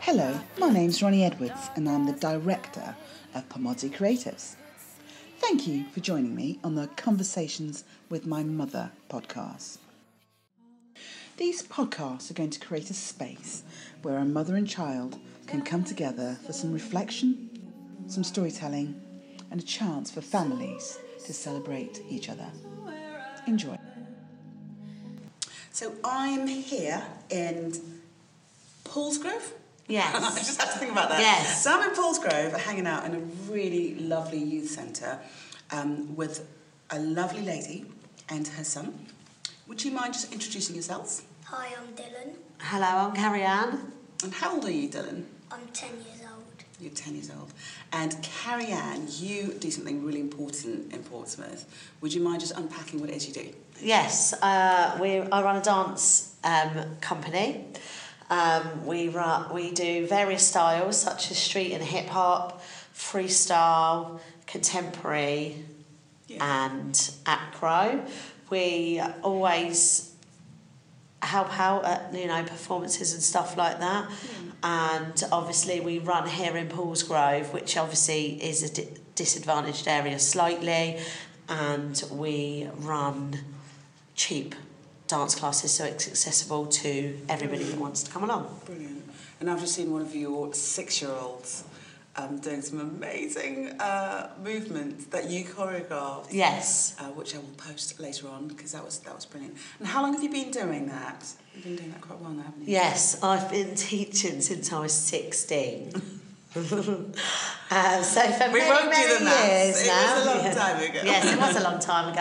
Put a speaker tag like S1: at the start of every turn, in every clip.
S1: Hello, my name's Ronnie Edwards and I'm the director of Pomodzi Creatives. Thank you for joining me on the Conversations with My Mother podcast. These podcasts are going to create a space where a mother and child can come together for some reflection, some storytelling, and a chance for families to celebrate each other. Enjoy. So I'm here in Paulsgrove. I
S2: Yes.
S1: just had to think about that.
S2: Yes.
S1: So I'm in Paulsgrove, hanging out in a really lovely youth centre um, with a lovely lady and her son. Would you mind just introducing yourselves?
S3: Hi, I'm Dylan.
S2: Hello, I'm Carrie Ann.
S1: And how old are you, Dylan?
S3: I'm 10 years old.
S1: You're 10 years old. And Carrie Ann, you do something really important in Portsmouth. Would you mind just unpacking what it is you do?
S2: Yes, uh, we I run a dance um, company. Um, we run, we do various styles such as street and hip hop, freestyle, contemporary, and acro. We always help out at you know performances and stuff like that. And obviously, we run here in Paul's Grove, which obviously is a di- disadvantaged area slightly, and we run cheap dance classes so it's accessible to everybody that wants to come along.
S1: Brilliant. And I've just seen one of your six year olds um, doing some amazing uh, movements that you choreographed.
S2: Yes.
S1: uh, which I will post later on because that was that was brilliant. And how long have you been doing that? You've been doing that quite well now, haven't you?
S2: Yes, I've been teaching since I was 16. um, so for we many,
S1: won't do
S2: many
S1: the maths.
S2: years
S1: It
S2: now.
S1: was a long
S2: Yeah.
S1: time ago.
S2: Yes, it was a long time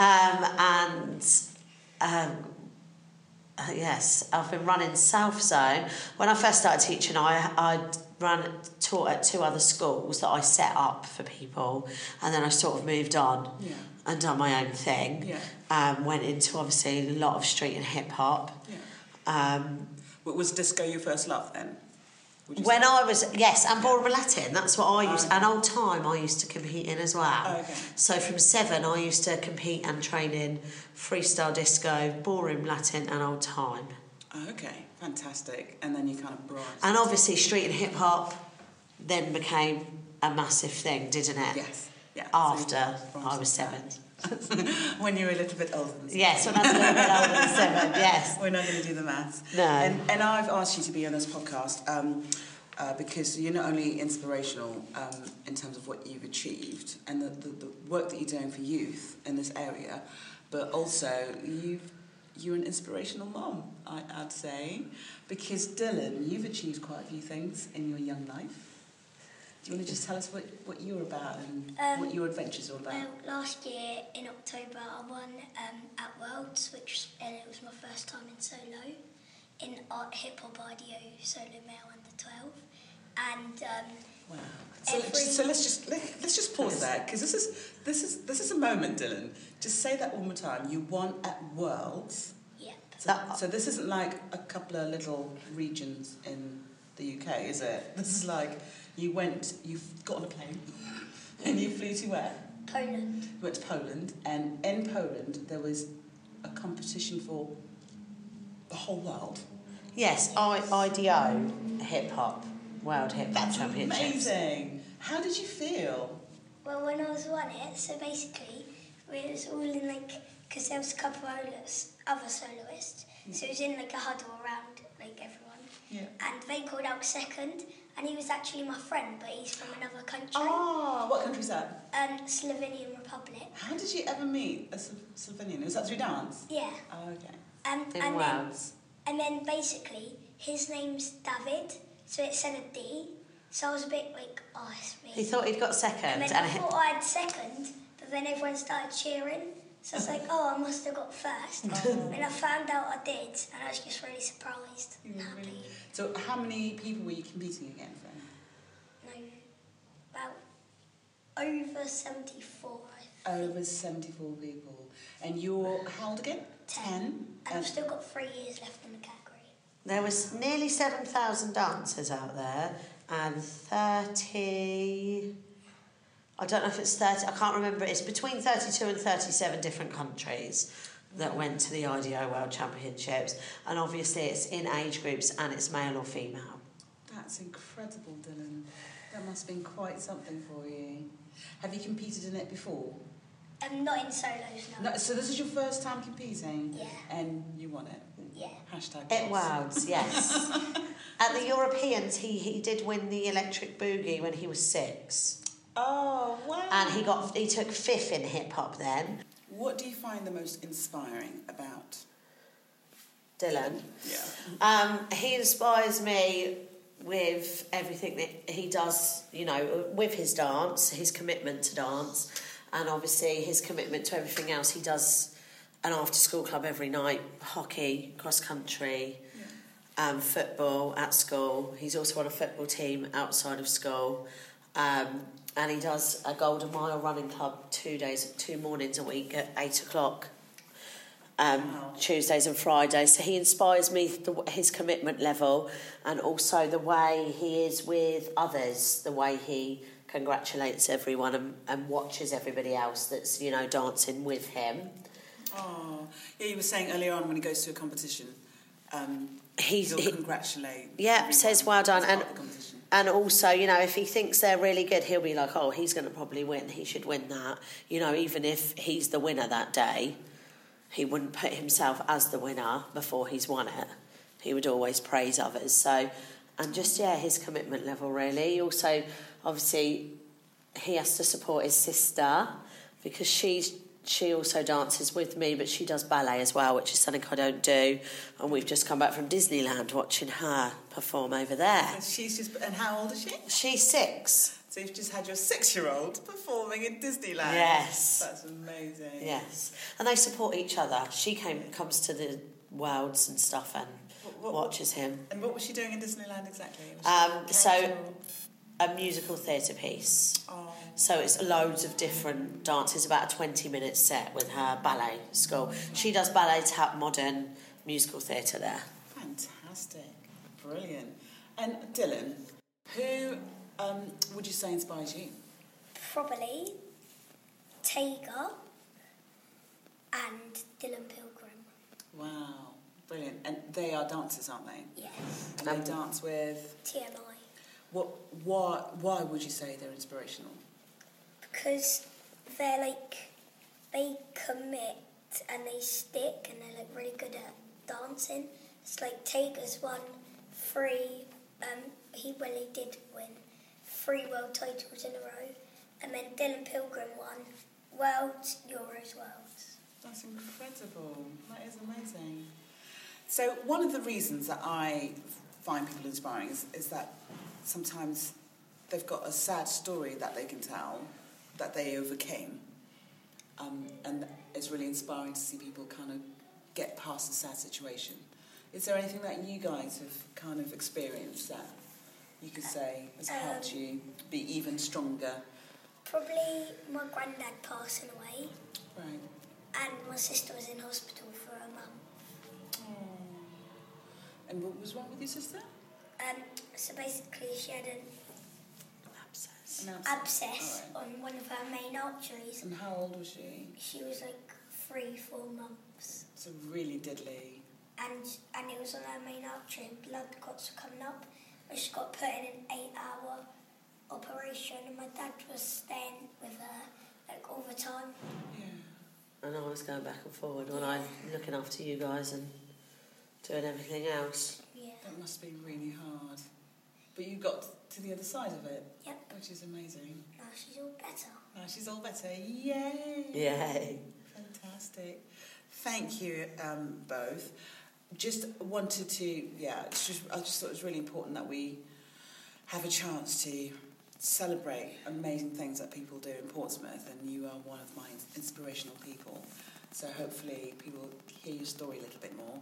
S2: ago. Um, and um, uh, yes, I've been running South Zone. When I first started teaching, I I ran taught at two other schools that I set up for people, and then I sort of moved on
S1: Yeah.
S2: and done my own thing.
S1: Yeah.
S2: Um, went into obviously a lot of street and hip hop.
S1: Yeah.
S2: Um,
S1: W- Was disco your first love then? Would you
S2: When
S1: say?
S2: I was yes, and Bora Latin, that's what I used.
S1: Oh, Okay. Oh,
S2: And old time, I used to compete in as well.
S1: Okay.
S2: So from seven, I used to compete and train in freestyle disco, ballroom Latin, and old time.
S1: Oh, okay, fantastic. And then you kind of branched.
S2: And obviously, street and hip hop then became a massive thing, didn't it?
S1: yes. Yeah. so
S2: After
S1: you branched
S2: I was seven.
S1: out. when you were a little bit older than
S2: Yes, when I was a little bit older than seven. Yes.
S1: We're not going to do the maths.
S2: No.
S1: And, and I've asked you to be on this podcast um, uh, because you're not only inspirational um, in terms of what you've achieved and the, the, the work that you're doing for youth in this area, but also you've, you're an inspirational mom, I, I'd say. Because, Dylan, you've achieved quite a few things in your young life. Do you want to just tell us what, what you're about and
S3: Um,
S1: what your adventure's all about?
S3: Well, last year in October, I won um, at Worlds, which and it was my first time in solo in art hip hop audio solo male under 12. And um,
S1: Wow. So,
S3: Every-
S1: so let's just let, let's just pause there because this is this is this is a moment, Dylan. Just say that one more time. You won at Worlds.
S3: yep,
S1: So,
S2: That-
S1: so this isn't like a couple of little regions in the UK, is it? This is like you went, you got on a plane, and you flew to where?
S3: Poland.
S1: You went to Poland, and in Poland there was a competition for the whole world.
S2: Yes, I IDO hip hop world hip hop
S1: That's
S2: championships.
S1: amazing. How did you feel?
S3: Well, when I was won it, so basically, it was all in like, because there was a couple of others- other soloists, so it was in like a huddle around like everyone.
S1: Yeah.
S3: And they called out second, and he was actually my friend, but he's from another country.
S1: Ah, what country's that?
S3: Um, Slovenian Republic.
S1: How did you ever meet a Slo- Slovenian? Was that through dance?
S3: Yeah.
S1: Oh, okay.
S3: Um,
S2: In
S3: and then
S2: Wales.
S3: and then basically his name's David, so it said a D. So I was a bit like, oh, it's
S2: He
S3: me.
S2: thought he'd got second,
S3: And then
S2: and
S3: I
S2: he-
S3: thought I had second, but then everyone started cheering. So it's like, oh, I must have got first. and I found out I did, and I was just really surprised
S1: Mm,
S3: and happy.
S1: So, how many people were you competing against then?
S3: No, about over seventy four.
S1: Over 74 people. And you're how old again? 10.
S3: And
S2: Um,
S3: I've still got three years left in the category.
S2: There was nearly 7,000 dancers out there and 30 I don't know if it's 30 I can't remember it's between 32 and 37 different countries that went to the IDO World Championships, and obviously it's in age groups and it's male or female.
S1: That's incredible, Dylan. That must have been quite something for you. Have you competed in it before?
S3: Um, not in solos, no.
S1: No, so this is your first time competing,
S3: Yeah,
S1: and you won it.
S3: yeah.
S1: Hashtag.
S2: It
S1: yes.
S2: was, yes. At the Europeans, he, he did win the electric boogie when he was six,
S1: Oh wow!
S2: and he got he took fifth in hip hop then.
S1: What do you find the most inspiring about?
S2: Dylan,
S1: Yeah.
S2: um, he inspires me with everything that he does. You know, with his dance, his commitment to dance, and obviously his commitment to everything else he does. An after-school club every night, hockey, cross country, um, football at school. He's also on a football team outside of school, um, and he does a golden mile running club two days, two mornings a week at eight o'clock, um,
S1: Wow.
S2: Tuesdays and Fridays. So he inspires me th- the, his commitment level, and also the way he is with others, the way he congratulates everyone and, and watches everybody else that's you know dancing with him.
S1: Oh, yeah. You were saying earlier on when he goes to a competition, um,
S2: He's
S1: he'll
S2: he,
S1: congratulate.
S2: Yeah,
S1: everyone
S2: says well done,
S1: as part
S2: and-
S1: of the competition.
S2: And also, you know, if he thinks they're really good, he'll be like, oh, he's going to probably win. He should win that. You know, even if he's the winner that day, he wouldn't put himself as the winner before he's won it. He would always praise others. So, and just, yeah, his commitment level, really. He Also, obviously, he has to support his sister because she's. She also dances with me, but she does ballet as well, which is something I don't do. And we've just come back from Disneyland watching her perform over there.
S1: And she's just. And how old is she?
S2: She's six.
S1: So you've just had your six-year-old performing in Disneyland.
S2: Yes.
S1: That's amazing.
S2: Yes, and they support each other. She came comes to the worlds and stuff and
S1: What, what,
S2: watches him.
S1: And what was she doing in Disneyland exactly? Was she
S2: Um,
S1: a
S2: so
S1: character or-
S2: a musical theatre piece.
S1: Oh.
S2: So it's loads of different dances, about a twenty minute set with her ballet school. She does ballet, tap, modern, musical theatre there.
S1: Fantastic. Brilliant. And Dylan, who um, would you say inspires you?
S3: Probably Tiger and Dylan Pilgrim.
S1: Wow. Brilliant. And they are dancers, aren't they?
S3: Yes.
S1: And
S2: Um,
S1: they dance with
S3: TMI.
S1: what why why would you say they're inspirational?
S3: Because they're like, they commit and they stick and they're like really good at dancing. It's like Tiger's won three, um, he really did win three world titles in a row. And then Dylan Pilgrim won Worlds, Euros, Worlds.
S1: That's incredible. That is amazing. So one of the reasons that I find people inspiring is, is that sometimes they've got a sad story that they can tell that they overcame. Um, and it's really inspiring to see people kind of get past a sad situation. Is there anything that you guys have kind of experienced that you could say has helped you be even stronger?
S3: Probably my granddad passing away,
S1: Right.
S3: and my sister was in hospital for a month.
S1: And what was wrong with your sister?
S3: Um, so basically, she had an
S2: Abscess.
S1: An abscess.
S3: abscess
S1: Alright.
S3: on one of her main arteries.
S1: And how old was she?
S3: She was like three, four months,
S1: So really diddly.
S3: and and it was on her main artery, and blood clots were coming up. And she got put in an eight-hour operation, and my dad was staying with her like all the time.
S1: Yeah.
S2: And I was going back and forward when I'm looking after you guys and doing everything else.
S3: Yeah,
S1: That must be really hard. But you got to the other side of it.
S3: Yep.
S1: Which is amazing.
S3: now she's all better.
S1: Now Oh, she's all better. Yay!
S2: Yay.
S1: Fantastic. Thank you um, both. Just wanted to, yeah, it's just, I just thought it was really important that we have a chance to celebrate amazing things that people do in Portsmouth, and you are one of my inspirational people. So hopefully, people hear your story a little bit more.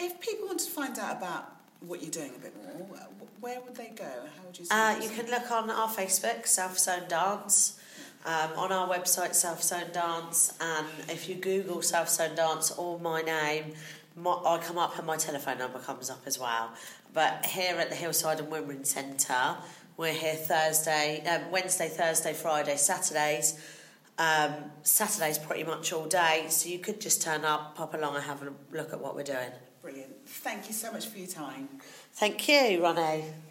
S1: If people want to find out about what you're doing a bit more, uh, wh- where would they go? How would you?
S2: Uh, you can look on our Facebook, South Zone Dance, um, on our website, South Zone Dance, and if you Google South Zone Dance or my name, my, I come up and my telephone number comes up as well. But here at the Hillside and Women Centre, we're here Thursday, um, Wednesday, Thursday, Friday, Saturdays, Um, Saturday's pretty much all day, so you could just turn up, pop along, and have a look at what we're doing.
S1: Brilliant. Thank you so much for your time.
S2: Thank you, Ronnie.